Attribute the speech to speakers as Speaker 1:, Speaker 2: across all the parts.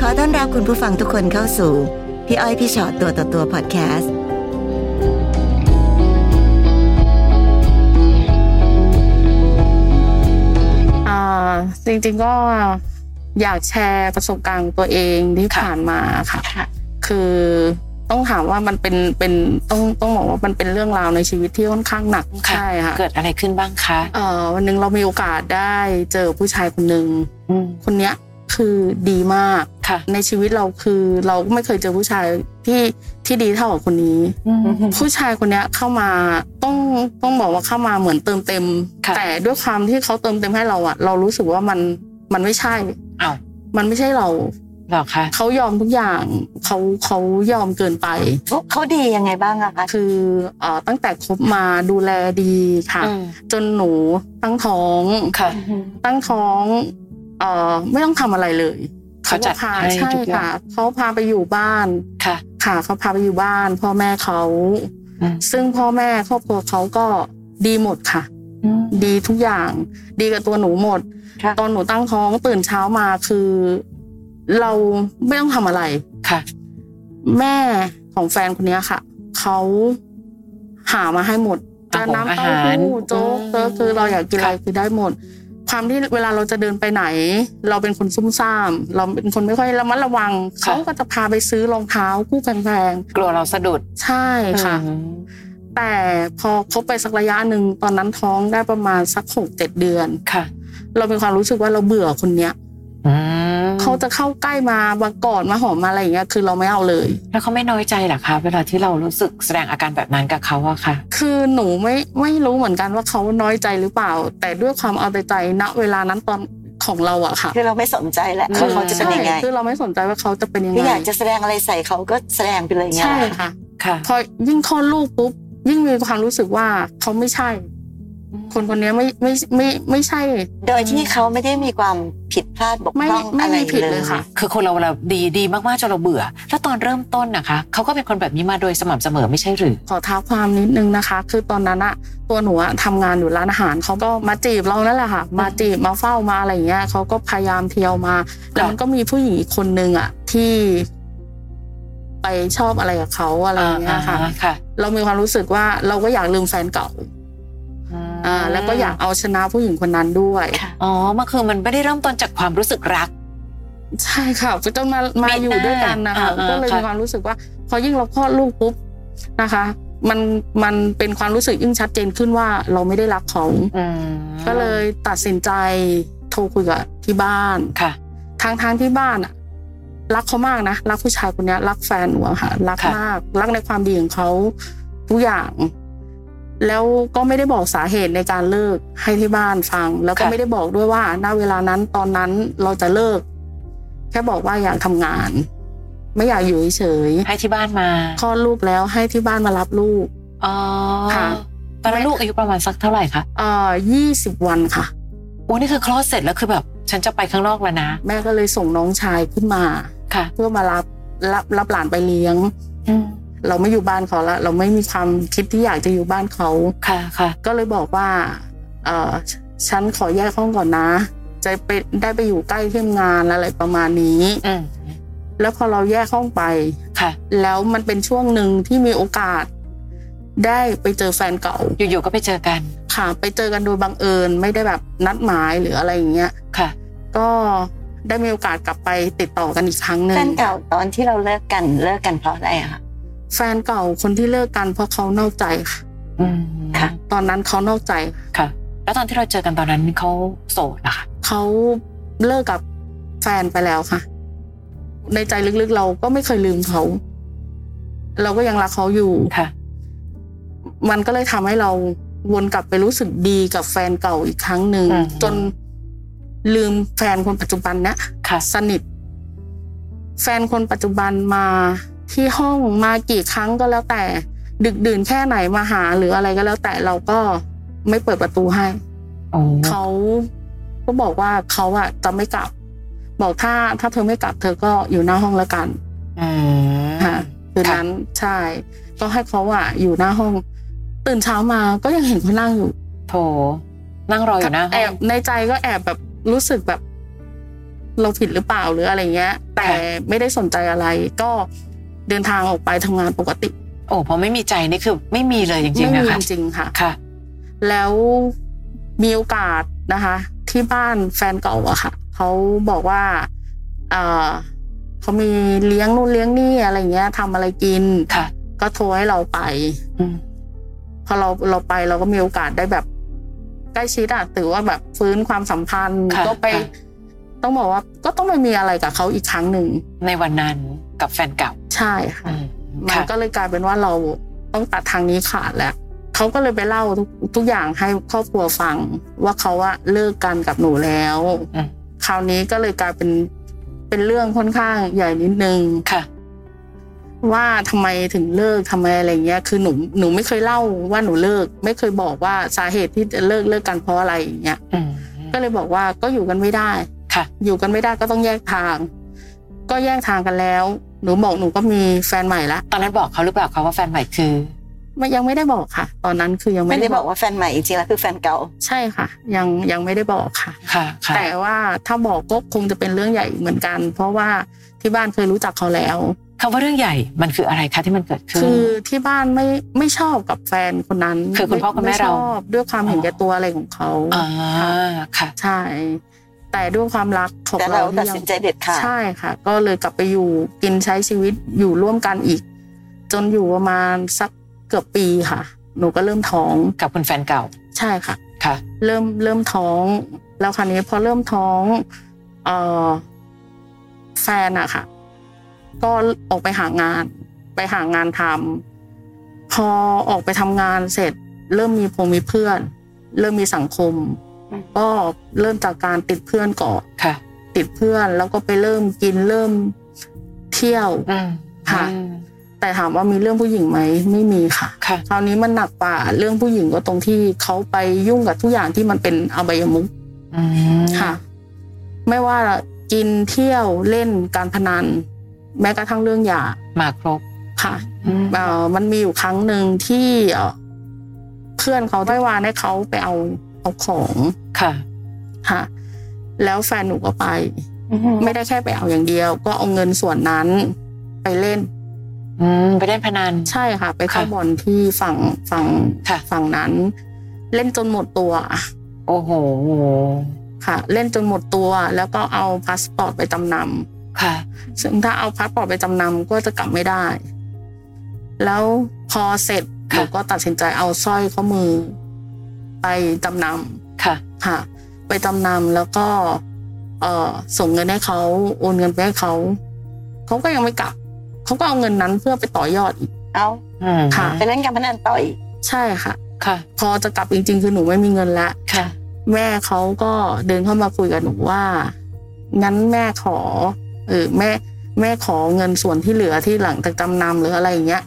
Speaker 1: ขอต้อนรับคุณผู้ฟังทุกคนเข้าสู่ พี่อ้อยพี่ชอตตัวต่อตัวพอดแคสต์
Speaker 2: อ่าจริงๆก็อยากแชร์ประสบการณ์ของตัวเองที่ผ่านมาค่ะ คือต้องถามว่ามันเป็นเป็นต้องต้องบอกว่ามันเป็นเรื่องราวในชีวิตที่ค่อนข้างหนัก
Speaker 3: ค่ะ
Speaker 2: ใช่ค่ะ
Speaker 3: เกิดอะไรขึ้นบ้างคะ
Speaker 2: เอ่อวันหนึงเรามีโอกาสได้เจอผู้ชายคนหนึ่ง
Speaker 3: อืม
Speaker 2: คนเนี้ยคือดีมาก
Speaker 3: ค่ะ
Speaker 2: ในชีวิตเราคือเราก็ไม่เคยเจอผู้ชายที่ที่ดีเท่ากับคนนี้ ผู้ชายคนเนี้ยเข้ามาต้องต้องบอกว่าเข้ามาเหมือนเติมเต็ม
Speaker 3: ค่ะ
Speaker 2: แต่ด้วยความที่เขาเติมเต็มให้เราอะเรารู้สึกว่ามันมันไม่ใช่
Speaker 3: อ้าว
Speaker 2: มันไม่ใช่เรา
Speaker 3: หรอคะ
Speaker 2: เขายอมทุกอย่างเขาเขายอมเกินไป
Speaker 1: เขาดียังไงบ้างอะคะ
Speaker 2: คือเอ่อตั้งแต่คบมาดูแลดีค่ะ
Speaker 3: อืม
Speaker 2: จนหนูตั้งท้อง
Speaker 3: ค่ะ
Speaker 2: ตั้งท้องเอ่อไม่ต้องทำอะไรเลย
Speaker 3: เขาจัด
Speaker 2: พา
Speaker 3: ให้
Speaker 2: ใช่
Speaker 3: ทุกอย่าง
Speaker 2: ค่ะเขาพาไปอยู่บ้าน
Speaker 3: ค่ะ
Speaker 2: ค่ะเขาพาไปอยู่บ้าน พ่อแม่เขา
Speaker 3: อืม
Speaker 2: ซึ่งพ่อแม่ครอบครัวเขาก็ดีหมดค่ะ ดีทุกอย่าง ดีกับตัวหนูหมด
Speaker 3: ค่ะ
Speaker 2: ตอนหนูตั้งท้องตื่นเช้ามาคือ เราไม่ต้องทำอะไร
Speaker 3: ค่ะ
Speaker 2: แม่ของแฟนคนเนี้ยค่ะเขาหามาให้หมดจะ
Speaker 3: อาหาร
Speaker 2: น้ำเต้าหู้โจ๊ก
Speaker 3: อืม
Speaker 2: เตอคือเราอยากกินอะไร
Speaker 3: ค่ะ
Speaker 2: คือได้หมด ความที่เวลาเราจะเดินไปไหน เราเป็นคนซุ่มซ่าม เราเป็นคนไม่ค่อยระมัดระวังเขาก็จะพาไปซื้อรองเท้าคู่แพง
Speaker 3: กลัวเราสะดุด
Speaker 2: ๆใช่ค่ะ
Speaker 3: อืม
Speaker 2: แต่พอคบไปสักระยะหนึ่งตอนนั้นท้องได้ประมาณสักหกเจ็ดเดือน
Speaker 3: ค่ะ
Speaker 2: เรามีความรู้สึกว่าเราเบื่อคนเนี้ย
Speaker 3: อืม
Speaker 2: เขาจะเข้าใกล้มาบากอดมาหอมมาอะไรอย่างเงี้ยคือเราไม่เอาเลย
Speaker 3: แล้วเขาไม่น้อยใจเหรอคะ เวลาที่เรารู้สึกแสดงอาการแบบนั้นกับเขาอะค่ะ
Speaker 2: คือหนูไม่ไม่รู้เหมือนกันว่าเขาน้อยใจหรือเปล่า แต่ด้วยความเอาใจใจณเวลานั้นตอนของเราอะค่ะ
Speaker 4: คือเราไม่สนใจแล้ว
Speaker 3: อืม
Speaker 4: ว่าเขาจะเป็นยังไง
Speaker 2: ใช่คือเราไม่สนใจว่าเขาจะเป็นยัง
Speaker 4: คือ
Speaker 2: ไง
Speaker 4: อยากจะแสดงอะไรใส่เขาก็แสดงไปเลยไง
Speaker 2: ใช่ค่ะ
Speaker 3: ค่ะ
Speaker 2: พอยิ่งคลอดลูกปุ๊บยิ่งมีความรู้สึกว่าเขาไม่ใช่ คนคนนี้ไม่ไม่ไม่ไม่ใช่
Speaker 4: โดยที่เขาไม่ได้มีความผิดพลาดบกพร่อง
Speaker 2: ไม่
Speaker 4: อะไร
Speaker 2: ไม่มีผิด
Speaker 4: เล
Speaker 2: เลยยค่ะ
Speaker 3: คือคนเราเราดีดีมากๆจนเราเบื่อ แล้วตอนเริ่มต้นนะคะเขาก็เป็นคนแบบนี้มาโดยสม่ำเสมอไม่ใช่หรือ
Speaker 2: ขอเท้าความนิดนึงนะคะ คือตอนนั้นอะตัวหนูอะทำงานอยู่ร้านอาหารเขาก็มาจีบเรานั่นแหละค่ะ มาจีบมาเฝ้ามาอะไรอย่างเงี้ยเขาก็พยายามเที่ยวมาแต่มันก็มีผู้หญิงอีกคนนึงอะที่ ไปชอบอะไรกับเขาอะไรอย่างเงี้ยค่ะ
Speaker 3: ค่ะ
Speaker 2: เรามีความรู้สึกว่าเราก็อยากลืมแฟนเก่าอ่าแล้วก็อยากเอาชนะผู้หญิงคนนั้นด้วย
Speaker 4: ค่ะ
Speaker 3: อ๋อมันคือมันไม่ได้เริ่มต้นจากความรู้สึกรัก
Speaker 2: ใช่ค่ะจนมามา
Speaker 3: มีหน้า
Speaker 2: อยู่ด้วยกันนะคะ
Speaker 3: อ่าๆ
Speaker 2: ก็เลยมี
Speaker 3: ค่ะ
Speaker 2: ความรู้สึกว่า พอยิ่งเราคลอดลูกปุ๊บนะคะ มันมันเป็นความรู้สึกยิ่งชัดเจนขึ้นว่าเราไม่ได้รักเขา
Speaker 3: อืม
Speaker 2: ก็เลยตัดสินใจโทรคุยกับที่บ้าน
Speaker 3: ค่ะ
Speaker 2: ทางทางที่บ้านอะรักเขามากนะ รักผู้ชายคนเนี้ย รักแฟนหนูอะค่ะ รัก
Speaker 3: ค่ะ
Speaker 2: มาก รักในความดีของเขาทุกอย่าง แล้วก็ไม่ได้บอกสาเหตุในการเลิกให้ที่บ้านฟัง แล้วก็
Speaker 3: ค่ะ
Speaker 2: ไม่ได้บอกด้วยว่าณเวลานั้นตอนนั้นเราจะเลิก แค่บอกว่าอยากทำงาน ไม่อยากอยู่เฉย
Speaker 3: ให้ที่บ้านมา
Speaker 2: ๆคลอดลูกแล้วให้ที่บ้านมารับลูก
Speaker 3: อ๋อ
Speaker 2: ค่ะ
Speaker 3: ตอนนั้นลูกอายุประมาณสักเท่าไหร่คะ
Speaker 2: เอ่อยี่สิบวันค่ะ
Speaker 3: โอ้นี่คือคลอดเสร็จแล้วคือแบบ ฉันจะไปข้างนอกแล้วนะ
Speaker 2: แม่ก็เลยส่งน้องชายขึ้นมา
Speaker 3: ค่ะ
Speaker 2: เพื่อมารับรับรับหลานไปเลี้ยง เราไม่อยู่บ้านเขาละเราไม่มีความคิดที่อยากจะอยู่บ้านเขา
Speaker 3: ค่ะค่ะ
Speaker 2: ก็เลยบอกว่าเออฉฉันขอแยกห้องก่อนนะ จะไปได้ไปอยู่ใกล้ที่ทำงานอะไรประมาณนี้
Speaker 3: อืม
Speaker 2: แล้วพอเราแยกห้องไป
Speaker 3: ค่ะ
Speaker 2: แล้วมันเป็นช่วงหนึ่งที่มีโอกาส ได้ไปเจอแฟนเก่า
Speaker 3: อยู่ๆก็ไปเจอกัน
Speaker 2: ค่ะ ไปเจอกันโดยบังเอิญ ไม่ได้แบบนัดหมายหรืออะไรอย่างเงี้ย
Speaker 3: ค่ะ
Speaker 2: ก็ได้มีโอกาสกลับไปติดต่อกันอีกครั้งหนึ่ง
Speaker 4: แฟนเก่าตอนที่เราเลิกกันเลิกกันเพราะอะไรอะคะ
Speaker 2: แฟนเก่าคนที่เลิกกันเพราะเขานอกใจค่ะ
Speaker 3: อืม
Speaker 4: ค่ะ
Speaker 2: ตอนนั้นเขานอกใจค่ะ
Speaker 3: ค่ะ แล้วตอนที่เราเจอกันตอนนั้นเขาโสดเหรอคะ
Speaker 2: เขาเลิกกับแฟนไปแล้วค่ะ ในใจลึกๆเราก็ไม่เคยลืมเขา เราก็ยังรักเขาอยู่
Speaker 3: ค่ะ
Speaker 2: มันก็เลยทำให้เราวนกลับไปรู้สึกดีกับแฟนเก่าอีกครั้งหนึ่ง
Speaker 3: อืม
Speaker 2: จนลืมแฟนคนปัจจุบันเนะ
Speaker 3: ค่ะ
Speaker 2: สนิท แฟนคนปัจจุบันมาที่ห้องมากี่ครั้งก็แล้วแต่ ดึกดื่นแค่ไหนมาหาหรืออะไรก็แล้วแต่เราก็ไม่เปิดประตูให้
Speaker 3: โอ้
Speaker 2: เขาก็บอกว่าเขาอะจะไม่กลับ บอกถ้าถ้าเธอไม่กลับ เธอก็อยู่หน้าห้องแล้วกัน
Speaker 3: อืม
Speaker 2: ค่ะคืน
Speaker 3: ค่ะ
Speaker 2: นั้นใช่ก็ให้เขาอะอยู่หน้าห้อง ตื่นเช้ามาก็ยังเห็นเขานั่งอยู่
Speaker 3: โถนั่งรออยู่นะ
Speaker 2: แอบในใจก็แอบแบบรู้สึกแบบ เราผิดหรือเปล่าหรืออะไรเงี้ย แต่ไม่ได้สนใจอะไรก็เดินทางออกไปทำงานปกติ
Speaker 3: โอ้พอไม่มีใจนี่คือไม่มีเลยจริง
Speaker 2: ไม่
Speaker 3: ๆนะ
Speaker 2: มี
Speaker 3: คะ
Speaker 2: จริงๆค่ะ
Speaker 3: ค่ะ
Speaker 2: แล้วมีโอกาสนะคะ ที่บ้านแฟนเก่าอะค่ะเขาบอกว่าเอ่อเขามีเลี้ยงนู่นเลี้ยงนี่อะไรเงี้ยทำอะไรกิน
Speaker 3: ค่ะ
Speaker 2: ก็โทรให้เราไป
Speaker 3: อืม
Speaker 2: พอเราเราไปเราก็มีโอกาสได้แบบ ใกล้ชิดอะถือว่าแบบฟื้นความสัมพันธ์
Speaker 3: ค่ะ
Speaker 2: ก็ไป
Speaker 3: ค่ะ
Speaker 2: ต้องบอกว่าก็ต้องไปมีอะไรกับเขาอีกครั้งหนึ่ง
Speaker 3: ในวันนั้นกับแฟนเก่า
Speaker 2: ใช่ค่ะ
Speaker 3: อืม
Speaker 2: มัน
Speaker 3: ค่ะ
Speaker 2: ก็เลยกลายเป็นว่าเราต้องตัดทางนี้ขาดแล้วเขาก็เลยไปเล่าทุกทุกอย่างให้ครอบครัวฟัง ว่าเขาว่าเลิกกันกับหนูแล้ว
Speaker 3: อืม
Speaker 2: คราวนี้ก็เลยกลายเป็นเป็นเรื่องค่อนข้างใหญ่นิดนึง
Speaker 3: ค่ะ
Speaker 2: ว่าทำไมถึงเลิกทำไมอะไรเงี้ย คือหนูหนูไม่เคยเล่าว่าหนูเลิก ไม่เคยบอกว่าสาเหตุที่จะเลิกเลิกกันเพราะอะไรอย่างเงี้ย
Speaker 3: อืม
Speaker 2: ก็เลยบอกว่าก็อยู่กันไม่ได้
Speaker 3: ค่ะ
Speaker 2: อยู่กันไม่ได้ก็ต้องแยกทาง ก็แยกทางกันแล้ว หนูบอกหนูก็มีแฟนใหม่ละ
Speaker 3: ตอนนั้นบอกเขาหรือเปล่าคะว่าแฟนใหม่คือ
Speaker 2: ไม่ยังไม่ได้บอกค่ะ ตอนนั้นคือยัง
Speaker 4: ไม่
Speaker 2: ไม่
Speaker 4: ได้
Speaker 2: ได้
Speaker 4: บบ อ
Speaker 2: อก ก
Speaker 4: ว่าแฟนใหม่จริงๆแล้วคือแฟนเก่า
Speaker 2: ใช่ค่ะ ยังยังไม่ได้บอกค่ะ
Speaker 3: ค่ะ ค่ะ
Speaker 2: แต่ว่าถ้าบอกก็คงจะเป็นเรื่องใหญ่เหมือนกัน เพราะว่าที่บ้านเคยรู้จักเขาแล้ว
Speaker 3: คำว่าเรื่องใหญ่มันคืออะไรคะที่มันเกิดขึ้น
Speaker 2: คือที่บ้านไม่ไม่ชอบกับแฟนคนนั้น
Speaker 3: คือคุณพ่อคุณแม่เรา
Speaker 2: ไชอบด้วยความเห็นแก่ตัวอะไรของเขา
Speaker 3: ่าค่ะ
Speaker 2: ใช่ แต่ด้วยความรักของ
Speaker 4: แต่
Speaker 2: เรา
Speaker 4: เรา
Speaker 2: ที่
Speaker 4: ตัด
Speaker 2: ยัง
Speaker 4: สินใจเด็ดขาด
Speaker 2: ใช่ค่ะ ก็เลยกลับไปอยู่กินใช้ชีวิตอยู่ร่วมกันอีก จนอยู่ประมาณสักเกือบปีค่ะ หนูก็เริ่มท้อง
Speaker 3: กับคุณแฟนเก่า
Speaker 2: ใช่ค่ะ
Speaker 3: ค่ะ
Speaker 2: เริ่มเริ่มท้อง แล้วคราวนี้พอเริ่มท้องเออแฟนอะค่ะ ก็ออกไปหางาน ไปหางานทำพอออกไปทำงานเสร็จ เริ่มมีพงมีเพื่อน เริ่มมีสังคม ก็เริ่มจากการติดเพื่อนก่อน
Speaker 3: ค่ะ
Speaker 2: ติดเพื่อน แล้วก็ไปเริ่มกินเริ่มเที่ยว
Speaker 3: อืม
Speaker 2: ค่ะ
Speaker 3: อืม
Speaker 2: แต่ถามว่ามีเรื่องผู้หญิงไหมไม่มีค่ะ
Speaker 3: ค่ะ
Speaker 2: คราวนี้มันหนักกว่าเรื่องผู้หญิงก็ตรงที่เขาไปยุ่งกับทุกอย่างที่มันเป็นอบายมุข
Speaker 3: อืม
Speaker 2: ค่ะ ไม่ว่ากินเที่ยวเล่นการพนัน แม้กระทั่งเรื่องยา
Speaker 3: มาครบ
Speaker 2: ค่ะ
Speaker 3: อืม
Speaker 2: เอ่อมันมีอยู่ครั้งหนึ่งที่เอ่อเพื่อนเขาได้วานให้เขาไปเอาเอาของ
Speaker 3: ค่ะ
Speaker 2: ค่ะ แล้วแฟนหนูก็ไป
Speaker 4: อือฮึ
Speaker 2: ไม่ได้แค่ไปเอาอย่างเดียว ก็เอาเงินส่วนนั้น ไปเล่น
Speaker 3: อืมไปเล่นพนัน
Speaker 2: ใช่ค่ะ ไปเข้า
Speaker 3: ค่ะ
Speaker 2: บอลที่ฝั่งฝั่ง
Speaker 3: ค่ะ
Speaker 2: ฝั่งนั้น เล่นจนหมดตัว
Speaker 3: โอ้โห
Speaker 2: ค่ะ เล่นจนหมดตัว แล้วก็เอาพาสปอร์ตไปจำนำ
Speaker 3: ค่ะ
Speaker 2: ซึ่งถ้าเอาพาสปอร์ตไปจำนำก็จะกลับไม่ได้ แล้วพอเสร็จห
Speaker 3: ค่ะ
Speaker 2: นูก็ตัดสินใจเอาสร้อยข้อมือ ไปจำน
Speaker 3: ค่ะ
Speaker 2: ำค่ะ ไปจำนำแล้วก็ เออส่งเงินให้เขาโอนเงินไปให้เขาเขาก็ยังไม่กลับเขาก็เอาเงินนั้นเพื่อไปต่อยอดอีก
Speaker 4: เอา
Speaker 3: อืม
Speaker 2: ค่ะ
Speaker 4: ไปเล่นการพนันต่ออีก
Speaker 2: ใช่ค่ะ
Speaker 3: ค่ะ
Speaker 2: พอจะกลับจริงๆคือหนูไม่มีเงินแล้ว
Speaker 3: ค่ะ
Speaker 2: แม่เขาก็เดินเข้ามาคุยกับหนูว่า งั้นแม่ขอ เออแม่ แม่ขอเงินส่วนที่เหลือที่หลังจากจำนำหรืออะไรอย่างเงี้ย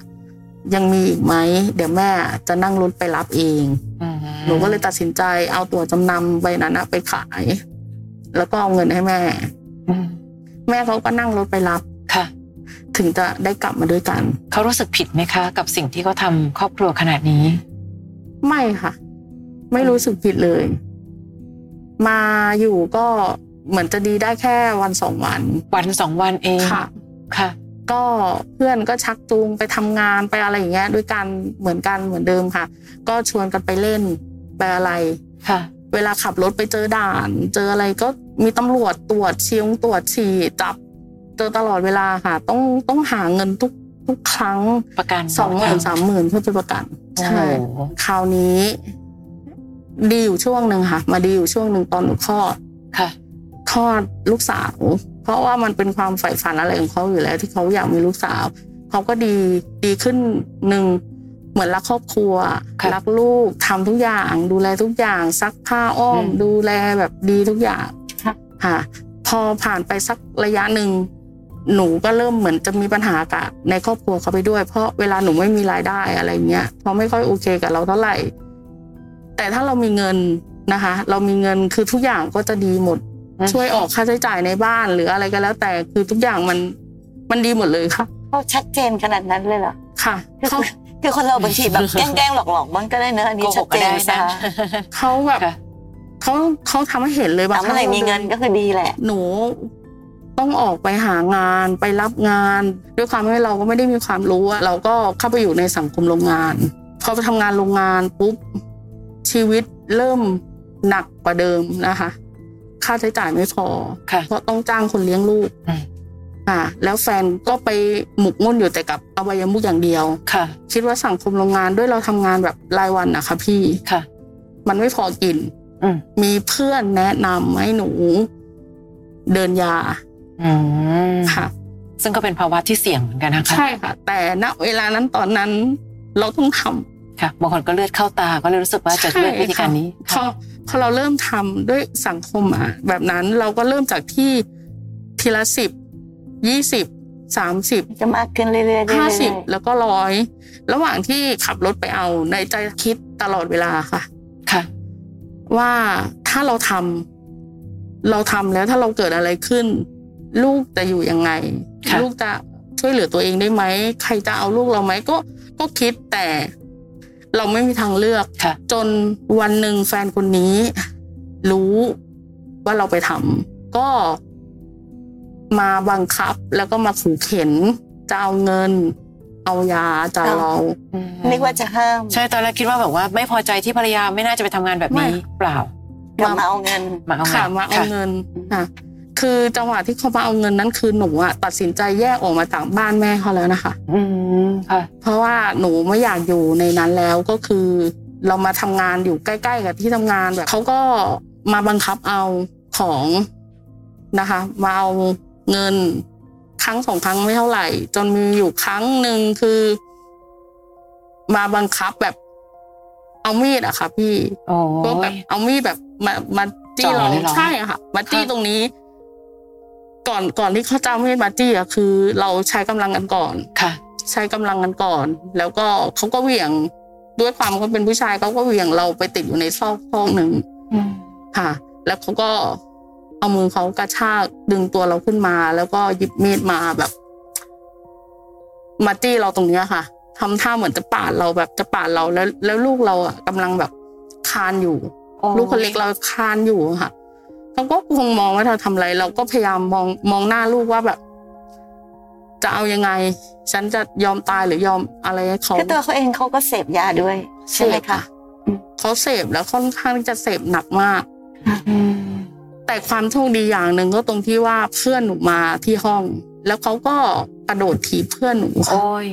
Speaker 2: ยังมีอีกไหม เดี๋ยวแม่จะนั่งรถไปรับเอง
Speaker 3: อืม
Speaker 2: หนูก็เลยตัดสินใจเอาตั๋วจำนำใบนั้นน่ะไปขาย แล้วก็เอาเงินให้แม่
Speaker 3: อืม
Speaker 2: แม่เขาก็นั่งรถไปรับ
Speaker 3: ค่ะ
Speaker 2: ถึงจะได้กลับมาด้วยกัน
Speaker 3: เขารู้สึกผิดไหมคะ กับสิ่งที่เขาทำครอบครัวขนาดนี้
Speaker 2: ไม่ค่ะ ไม่รู้สึกผิดเลย มาอยู่ก็เหมือนจะดีได้แค่วันสองวัน
Speaker 3: วันสองวันเอง
Speaker 2: ค่ะ
Speaker 3: ค่ะ
Speaker 2: ก็เพื่อนก็ชักจูงไปทำงานไปอะไรอย่างเงี้ยด้วยกันเหมือนกันเหมือนเดิมค่ะ ก็ชวนกันไปเล่นไปอะไร
Speaker 3: ค่ะ
Speaker 2: เวลาขับรถไปเจอด่าน เจออะไรก็มีตำรวจตรวจเชียงตรวจฉี่จับ เจอตลอดเวลาค่ะ ต้องต้องหาเงินทุกทุกครั้ง
Speaker 3: ประกัน
Speaker 2: สองหมื่นสามหมื่นเพื่อไปประกัน
Speaker 3: โอ้
Speaker 2: ใช่
Speaker 3: โห
Speaker 2: คราวนี้ ดีอยู่ช่วงหนึ่งค่ะ มาดีอยู่ช่วงหนึ่งตอนหนูคลอด
Speaker 3: ค่ะ
Speaker 2: คลอดลูกสาว เพราะว่ามันเป็นความใฝ่ฝันอะไรของเขาอยู่แล้ว ที่เขาอยากมีลูกสาวเขาก็ดีดีขึ้นหนึ่งเหมือนรักครอบครัว
Speaker 3: ค่ะ
Speaker 2: รักลูกทำทุกอย่าง ดูแลทุกอย่างซักผ้าอ้อม
Speaker 3: อืม
Speaker 2: ดูแลแบบดีทุกอย่างค่ะ พอผ่านไปสักระยะหนึ่งหนูก็เริ่มเหมือนจะมีปัญหากับในครอบครัวเขาไปด้วย เพราะเวลาหนูไม่มีรายได้อะไรเงี้ยเขาไม่ค่อยโอเคกับเราเท่าไหร่ แต่ถ้าเรามีเงินนะคะ เรามีเงินคือทุกอย่างก็จะดีหมด
Speaker 3: อืม
Speaker 2: ช่วยออกค่าใช้จ่ายในบ้านหรืออะไรก็แล้ว แต่คือทุกอย่างมันมันดีหมดเลยค่ะ
Speaker 4: เขาชัดเจนขนาดนั้นเลยเหรอ
Speaker 2: ค่ะ
Speaker 4: คือ
Speaker 2: เขา
Speaker 4: คือคนเราบางทีแบบแกล้งๆหลอกๆบ้างก็ได้เนอะอันนี้
Speaker 3: โกห
Speaker 4: ชัด
Speaker 3: ก
Speaker 4: เจ
Speaker 3: ก็
Speaker 4: น
Speaker 3: ได้
Speaker 4: ซะ
Speaker 3: นะ
Speaker 2: เขาแบบ
Speaker 3: ค่ะ
Speaker 2: เขาเขาทำให้เห็นเลยบาง
Speaker 4: ทำ
Speaker 2: ครั้
Speaker 4: อะ
Speaker 2: ง
Speaker 4: ไรมีเงินก็คือดีแหละ
Speaker 2: หนู ต้องออกไปหางานไปรับงาน ด้วยความที่เราก็ไม่ได้มีความรู้อะเราก็เข้าไปอยู่ในสังคมโรงงานพอไปทำงานโรงงานปุ๊บชีวิตเริ่มหนักกว่าเดิมนะคะ ค่าใช้จ่ายไม่พอ
Speaker 3: ค่ะ
Speaker 2: เพราะต้องจ้างคนเลี้ยงลูก
Speaker 3: อืม
Speaker 2: อ่าแล้วแฟนก็ไปหมกมุ่นอยู่แต่กับอวัยมุขอย่างเดียว
Speaker 3: ค่ะ
Speaker 2: คิดว่าสังคมโรงงานด้วยเราทำงานแบบรายวันนะคะพี่
Speaker 3: ค่ะ
Speaker 2: มันไม่พอกิน
Speaker 3: อืม
Speaker 2: มีเพื่อนแนะนำให้หนู เดินยา
Speaker 3: อืม
Speaker 2: ค่ะ
Speaker 3: ซึ่งก็เป็นภาวะที่เสี่ยงเหมือนกันนะคะ
Speaker 2: ใช่ค่ะ แต่ณเวลานั้นตอนนั้น เราต้องทำ
Speaker 3: ค่ะบางคนก็เลือดเข้าตาก็เลยรู้สึกว่าจะเลือกวิธีการนี้
Speaker 2: พอพอเราเริ่มทำด้วยสังคมอ่ะแบบนั้นเราก็เริ่มจากที่ทีละสิบยี่สิบสามสิบ
Speaker 4: จะมากขึ้นเรื่อยๆเรื่อยๆ
Speaker 2: ห้าสิบ
Speaker 4: เรื่อย
Speaker 2: แล้วก็ร้อยระหว่างที่ขับรถไปเอาในใจคิดตลอดเวลาค่ะ
Speaker 3: ค่ะ
Speaker 2: ว่าถ้าเราทำเราทำแล้วถ้าเราเกิดอะไรขึ้น ลูกจะอยู่ยังไง
Speaker 3: ค่ะ
Speaker 2: ลูกจะช่วยเหลือตัวเองได้ไหมใครจะเอาลูกเราไหมก็ก็คิดแต่ เราไม่มีทางเลือก
Speaker 3: ค่ะ
Speaker 2: จนวันหนึ่งแฟนคนนี้ รู้ว่าเราไปทำก็มาบังคับแล้วก็มาขู่เข็นจะเอาเงิน เอายาจากเรา
Speaker 3: อืม
Speaker 4: ๆนึกว่าจะห้าม
Speaker 3: ใช่ตอนแรกคิดว่าแบบว่าไม่พอใจที่ภรรยาไม่น่าจะไปทำงานแบบนี้
Speaker 2: ไม่
Speaker 3: เปล่า
Speaker 4: กลับมาเอาเงิน
Speaker 3: มาเอา
Speaker 2: ค่ะ
Speaker 3: งน
Speaker 2: มาเอา
Speaker 3: ค่ะ
Speaker 2: เงินค่ะคือจังหวะที่เขามาเอาเงินนั้นคือหนูอะตัดสินใจแยกออกมาจากบ้านแม่เขาแล้วนะคะ
Speaker 3: อืมค่ะ
Speaker 2: เพราะว่าหนูไม่อยากอยู่ในนั้นแล้วก็คือ เรามาทำงานอยู่ใกล้ ๆ กับที่ทำงานแบบเขาก็มาบังคับเอาของนะคะมาเอาเงินครั้งสองครั้งไม่เท่าไหร่ จนมีอยู่ครั้งหนึ่งคือ มาบังคับแบบเอามีดอะค่ะ พี่
Speaker 3: โอ้
Speaker 2: ก็แบบ
Speaker 3: ย
Speaker 2: เอามีดแบบมามาจี้เรา
Speaker 3: จ่อเลยเหรอ
Speaker 2: ใช่อะค่ะมาจี้
Speaker 3: ค่ะ
Speaker 2: ตรงนี้ ก่อนก่อนที่เขาจะเอามีดมาจี้อะคือ เราใช้กำลังกันก่อน
Speaker 3: ค่ะ
Speaker 2: ใช้กำลังกันก่อน แล้วก็เขาก็เหวี่ยงด้วยความเขาเป็นผู้ชายเขาก็เหวี่ยงเราไปติดอยู่ในซอกห้องหนึ่ง
Speaker 3: อืม
Speaker 2: ค่ะ แล้วเขาก็เอามือเขากระชากดึงตัวเราขึ้นมา แล้วก็หยิบมีดมาแบบ มาจี้เราตรงเนี้ยค่ะทำท่าเหมือนจะปาดเราแบบจะปาดเราแล้ว แล้วลูกเราอ่ะกำลังแบบคลานอยู่
Speaker 3: โอ้ย
Speaker 2: ลูกคนเล็กเราคลานอยู่อะค่ะเขาก็คงมองว่าเราทำอะไร เราก็พยายามมองมองหน้าลูกว่าแบบ จะเอายังไง ฉันจะยอมตายหรือยอมอะไรให้เขา
Speaker 4: คือตัวเขาเองเขาก็เสพยาด้วย ใช่ไหมคะ อืม
Speaker 2: เขาเสพแล้วค่อนข้างที่จะเสพหนักมาก
Speaker 3: อืม
Speaker 2: แต่ความโชคดีอย่างหนึ่งก็ตรงที่ว่าเพื่อนหนูมาที่ห้อง แล้วเขาก็กระโดดถีบเพื่อนหนูค่ะ
Speaker 3: โอ้ย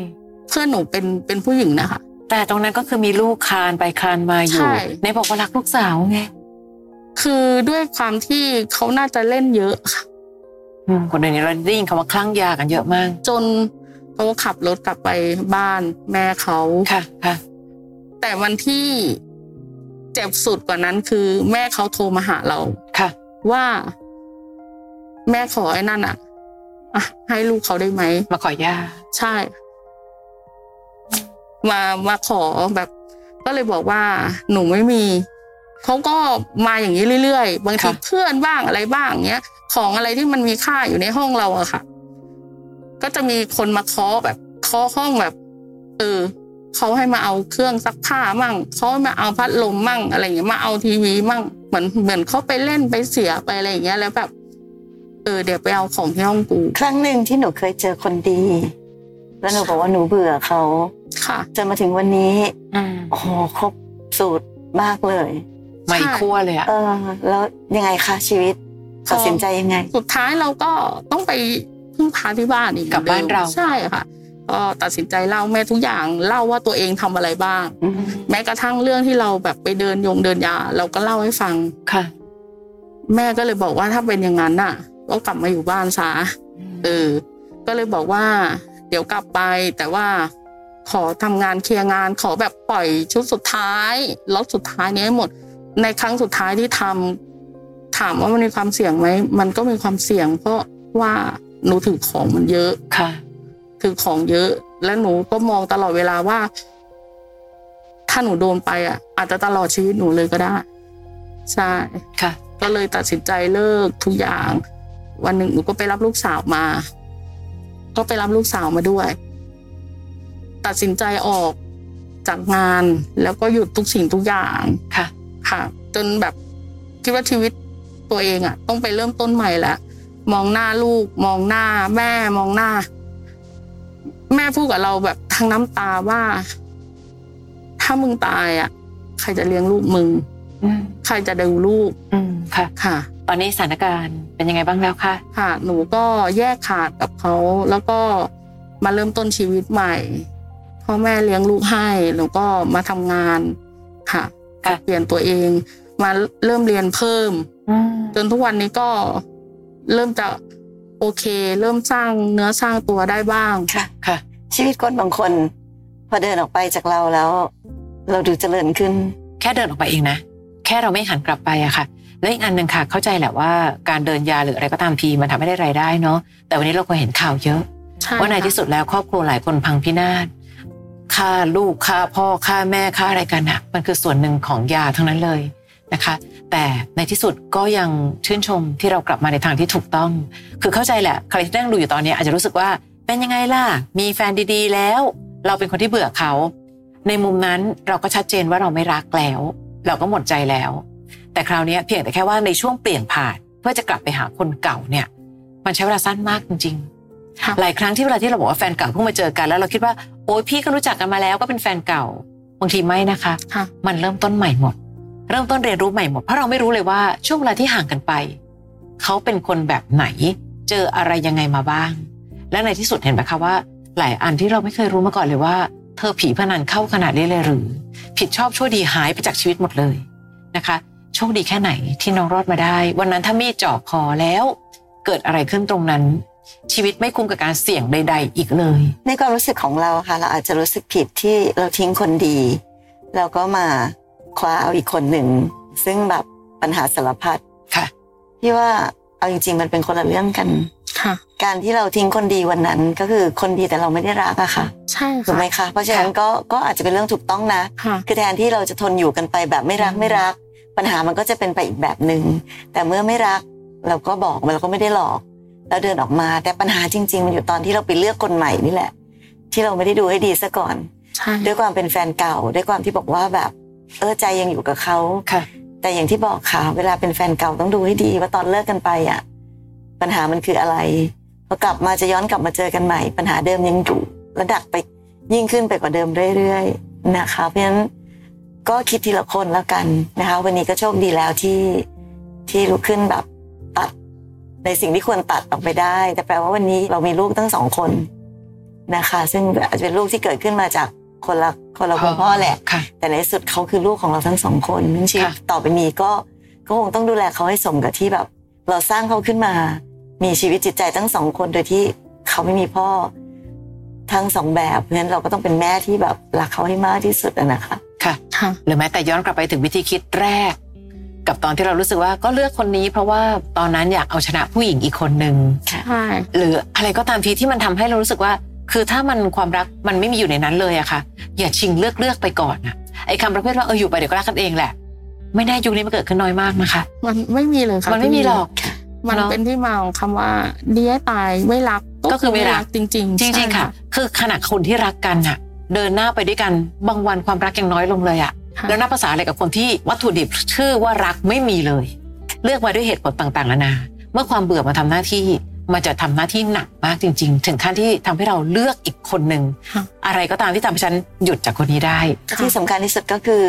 Speaker 2: เพื่อนหนูเป็นเป็นผู้หญิงนะคะ
Speaker 3: แต่ตรงนั้นก็คือมีลูกคลานไปคลานมาอยู่
Speaker 2: ใช่
Speaker 3: ในบอกว่ารักลูกสาวไง
Speaker 2: คือด้วยความที่เขาน่าจะเล่นเยอะค่ะ
Speaker 3: อืมคนเดี๋ยวนี้เราได้ยินคำว่าคลั่งยากันเยอะมาก
Speaker 2: จนเขาขับรถกลับไปบ้านแม่เขา
Speaker 3: ค่ะค่ะ
Speaker 2: แต่วันที่เจ็บสุดกว่านั้นคือ แม่เขาโทรมาหาเรา
Speaker 3: ค่ะ
Speaker 2: ว่า แม่ขอไอ้นั่นอ่ะอ่ะ ให้ลูกเขาได้ไหม
Speaker 3: มาขอยา
Speaker 2: ใช่ มามาขอแบบ ก็เลยบอกว่า หนูไม่มีเขาก็มาอย่างนี้เรื่อยๆบางทีเพื่อนบ้างอะไรบ้างเนี้ย ของอะไรที่มันมีค่าอยู่ในห้องเราอะค่ะ ก็จะมีคนมาเคาะแบบเคาะห้องแบบ เออเขาให้มาเอาเครื่องซักผ้ามั่งเขาให้มาเอาพัดลมมั่งอะไรอย่างเงี้ยมาเอาทีวีมั่งเหมือนเหมือนเขาไปเล่นไปเสียไปอะไรอย่างเงี้ยแล้วแบบ เออเดี๋ยวไปเอาของที่ห้องกู
Speaker 4: ครั้งหนึ่งที่หนูเคยเจอคนดี แล้วหนูบอกว่าหนูเบื่อเขา
Speaker 2: ค่ะ
Speaker 4: จนมาถึงวันนี้
Speaker 3: อืม
Speaker 4: โอ้โหครบสูตรมากเลย
Speaker 3: มาอีกขั้วเลยอะ
Speaker 4: เออ แล้วยังไงคะชีวิต
Speaker 2: พอ
Speaker 4: ตัดสินใจยังไง
Speaker 2: สุดท้ายเราก็ต้องไปพึ่งพาที่บ้านอีก
Speaker 3: กลับบ้านเรา
Speaker 2: ใช่ค่ะก็ตัดสินใจเล่าแม่ทุกอย่างเล่าว่าตัวเองทำอะไรบ้าง
Speaker 4: อื
Speaker 3: อื
Speaker 4: ม
Speaker 3: ม
Speaker 2: แม้กระทั่งเรื่องที่เราแบบไปเดินยงเดินยา เราก็เล่าให้ฟัง
Speaker 3: ค่ะ
Speaker 2: แม่ก็เลยบอกว่าถ้าเป็นอย่างนั้นน่ะก็กลับมาอยู่บ้านซะเออ ก็เลยบอกว่า เดี๋ยวกลับไป แต่ว่าขอทำงานเคลียร์งาน ขอแบบปล่อยชุดสุดท้ายล็อตสุดท้ายนี้ให้หมด ในครั้งสุดท้ายที่ทำถามว่ามันมีความเสี่ยงไหมมันก็มีความเสี่ยง เพราะว่าหนูถือของมันเยอะ
Speaker 3: ค่ะ
Speaker 2: ถือของเยอะ และหนูก็มองตลอดเวลาว่า ถ้าหนูโดนไปอ่ะ อาจจะตลอดชีวิตหนูเลยก็ได้ ใช่
Speaker 3: ค่ะ
Speaker 2: ก็เลยตัดสินใจเลิกทุกอย่าง วันหนึ่งหนูก็ไปรับลูกสาวมา ก็ไปรับลูกสาวมาด้วย ตัดสินใจออกจากงาน แล้วก็หยุดทุกสิ่งทุกอย่าง
Speaker 3: ค่ะ
Speaker 2: ค่ะจนแบบคิดว่าชีวิตตัวเองอ่ะ ต้องไปเริ่มต้นใหม่แล้ว มองหน้าลูก มองหน้า แม่มองหน้า แม่พูดกับเราแบบทั้งน้ำตาว่า ถ้ามึงตายอ่ะ ใครจะเลี้ยงลูกมึง
Speaker 3: อืม
Speaker 2: ใครจะดูลูก
Speaker 3: อืมค่ะ
Speaker 2: ค่ะ
Speaker 3: ตอนนี้สถานการณ์เป็นยังไงบ้างแล้วคะ
Speaker 2: ค่ะหนูก็แยกขาดกับเขาแล้วก็มาเริ่มต้นชีวิตใหม่พ่อแม่เลี้ยงลูกให้แล้วก็มาทำงานค่ะเปลี่ยนตัวเอง มาเริ่มเรียนเพิ่ม
Speaker 3: อืม
Speaker 2: จนทุกวันนี้ก็เริ่มจะโอเค เริ่มสร้างเนื้อสร้างตัวได้บ้าง
Speaker 4: ค่ะ
Speaker 3: ค่ะ
Speaker 4: ชีวิตคนบางคน พอเดินออกไปจากเราแล้ว เราดูเจริญขึ้น
Speaker 3: แค่เดินออกไปเองนะ แค่เราไม่หันกลับไปอะค่ะ และอีกอันหนึ่งค่ะ เข้าใจแหละว่าการเดินยาหรืออะไรก็ตามทีมันทำให้ได้รายได้เนาะแต่วันนี้เราก็เห็นข่าวเยอะ
Speaker 2: ใช่
Speaker 3: ว่าในที่สุดแล้วครอบครัวหลายคนพังพินาศฆ่าลูกฆ่าพ่อฆ่าแม่ฆ่าอะไรกันอะมันคือส่วนหนึ่งของยาทั้งนั้นเลยนะคะ แต่ในที่สุดก็ยังชื่นชมที่เรากลับมาในทางที่ถูกต้อง คือเข้าใจแหละใครที่นั่งดูอยู่ตอนนี้อาจจะรู้สึกว่าเป็นยังไงล่ะ มีแฟนดีๆแล้ว เราเป็นคนที่เบื่อเขา ในมุมนั้นเราก็ชัดเจนว่าเราไม่รักแล้ว เราก็หมดใจแล้ว แต่คราวนี้เพียงแต่แค่ว่าในช่วงเปลี่ยนผ่านเพื่อจะกลับไปหาคนเก่าเนี่ย มันใช้เวลาสั้นมากจริงๆ
Speaker 2: ค่ะ
Speaker 3: หลายครั้งที่เวลาที่เราบอกว่าแฟนเก่าเพิ่งมาเจอกันแล้วเราคิดว่าโอ๊ยพี่ก็รู้จักกันมาแล้วก็เป็นแฟนเก่าบางทีไม่นะคะ
Speaker 2: ค่ะ
Speaker 3: มันเริ่มต้นใหม่หมด เริ่มต้นเรียนรู้ใหม่หมดเพราะเราไม่รู้เลยว่าช่วงเวลาที่ห่างกันไป เขาเป็นคนแบบไหน เจออะไรยังไงมาบ้าง และในที่สุดเห็นไหมคะว่า หลายอันที่เราไม่เคยรู้มาก่อนเลยว่า เธอผีพนันเข้าขนาดนี้เลยหรือ ผิดชอบชั่วดีหายไปจากชีวิตหมดเลยนะคะโชคดีแค่ไหนที่น้องรอดมาได้ วันนั้นถ้ามีดจ่อคอแล้ว เกิดอะไรขึ้นตรงนั้น ชีวิตไม่คุ้มกับการเสี่ยงใด ๆ อีกเลย
Speaker 4: ในความรู้สึกของเราค่ะ เราอาจจะรู้สึกผิดที่เราทิ้งคนดี เราก็มาคว้าเอาอีกคนหนึ่ง ซึ่งแบบปัญหาสารพัด
Speaker 3: ค่ะ
Speaker 4: พี่ว่าเอาจริง ๆ มันเป็นคนละเรื่องกัน
Speaker 2: ค่ะ
Speaker 4: การที่เราทิ้งคนดีวันนั้น ก็คือคนดีแต่เราไม่ได้รักอะค่ะ
Speaker 2: ใช่
Speaker 4: ถูกไหม
Speaker 2: ค่ะ
Speaker 4: คะเพราะฉะนั้นก็ก็อาจจะเป็นเรื่องถูกต้องนะ
Speaker 2: ค่ะ
Speaker 4: คือแทนที่เราจะทนอยู่กันไปแบบไม่รัก
Speaker 3: อืม
Speaker 4: ไม่รัก ปัญหามันก็จะเป็นไปอีกแบบหนึ่งแต่เมื่อไม่รัก เราก็บอกมันเราก็ไม่ได้หลอก เราเดินออกมาแต่ปัญหาจริง ๆ มันอยู่ตอนที่เราไปเลือกคนใหม่นี่แหละ ที่เราไม่ได้ดูให้ดีซะก่อน
Speaker 2: ใช่
Speaker 4: ด้วยความเป็นแฟนเก่า ด้วยความที่บอกว่าแบบ เออใจยังอยู่กับเขา
Speaker 3: ค่ะ
Speaker 4: แต่อย่างที่บอกค่ะ เวลาเป็นแฟนเก่าต้องดูให้ดี ว่าตอนเลิกกันไปอ่ะปัญหามันคืออะไรพอกลับมาจะย้อนกลับมาเจอกันใหม่ ปัญหาเดิมยังอยู่ระดับไปยิ่งขึ้นไปกว่าเดิมเรื่อยๆนะคะเพราะฉะนั้นก็คิดทีละคนแล้วกันนะคะ วันนี้ก็โชคดีแล้วที่ที่ลุกขึ้นแบบตัด ในสิ่งที่ควรตัดออกไปได้ แต่แปลว่าวันนี้เรามีลูกทั้งสองคนนะคะ ซึ่งอาจจะเป็นลูกที่เกิดขึ้นมาจากคนละคนละคุณพ่อแหละ
Speaker 3: ค่ะ
Speaker 4: แต่ในที่สุดเขาคือลูกของเราทั้งสองคนนั่นชีวิต
Speaker 3: ค่ะ
Speaker 4: ต่อไปนี้ก็ก็คงต้องดูแลเขาให้สมกับที่แบบ เราสร้างเขาขึ้นมา มีชีวิตจิตใจทั้งสองคนโดยที่เขาไม่มีพ่อทั้งสองแบบเพราะฉะนั้นเราก็ต้องเป็นแม่ที่แบบรักเขาให้มากที่สุดอะนะคะ
Speaker 3: ค่ะ
Speaker 2: ค่ะ
Speaker 3: หรือแม้แต่ย้อนกลับไปถึงวิธีคิดแรก กับตอนที่เรารู้สึกว่าก็เลือกคนนี้ เพราะว่าตอนนั้นอยากเอาชนะผู้หญิงอีกคนหนึ่ง
Speaker 2: ใช่
Speaker 3: หรืออะไรก็ตามทีที่มันทำให้เรารู้สึกว่า คือถ้ามันความรักมันไม่มีอยู่ในนั้นเลยอะค่ะ อย่าชิงเลือกเลือกไปก่อนอะไอ้คำประเภทว่าเอออยู่ไปเดี๋ยวก็รักกันเองแหละ ไม่แน่ยุคนี้มันเกิดขึ้นน้อยมากนะคะ
Speaker 2: มันไม่มีเลยค่ะ
Speaker 3: มันไม่มีหรอก
Speaker 2: มัน
Speaker 3: เนอะ
Speaker 2: เป็นที่มาของคำว่าดีให้ตายไม่รัก
Speaker 3: ก็คือไม่รัก
Speaker 2: จริงๆ
Speaker 3: จริ
Speaker 2: ใช่
Speaker 3: งๆค่ะ คือขณะคนที่รักกันอะเดินหน้าไปด้วยกันบางวันความรักยังน้อยลงเลยอะ
Speaker 2: ค่ะ
Speaker 3: แล้วนับภาษาอะไรกับคนที่วัตถุดิบชื่อว่ารักไม่มีเลย เลือกมาด้วยเหตุผลต่างๆนานาเมื่อความเบื่อมาทำหน้าที่มันจะทำหน้าที่หนักมากจริง ๆ ถึงขั้นที่ทำให้เราเลือกอีกคนหนึ่ง
Speaker 2: ค่ะ
Speaker 3: อะไรก็ตามที่ทำให้ฉันหยุดจากคนนี้ได้
Speaker 2: ค่ะ
Speaker 4: ที่สำคัญที่สุดก็คือ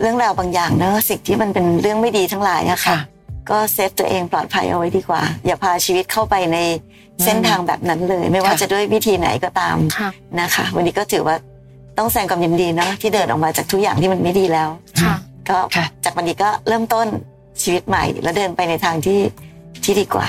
Speaker 4: เรื่องราวบางอย่างเนอะสิ่งที่มันเป็นเรื่องไม่ดีทั้งหลายอะค่ะ
Speaker 3: ค่ะ
Speaker 4: ก็เซฟตัวเองปลอดภัยเอาไว้ดีกว่า อย่าพาชีวิตเข้าไปในเส้นทางแบบนั้นเลย ไม่ว่า
Speaker 3: ค่ะ
Speaker 4: จะด้วยวิธีไหนก็ตาม
Speaker 2: ค่ะ
Speaker 4: นะคะวันนี้ก็ถือว่าต้องแสดงความยินดีเนอะที่เดินออกมาจากทุกอย่างที่มันไม่ดีแล้ว
Speaker 2: ค่ะ
Speaker 4: ก็
Speaker 3: ค่ะ
Speaker 4: จากวันนี้ก็เริ่มต้นชีวิตใหม่ และเดินไปในทางที่ที่ดีกว่า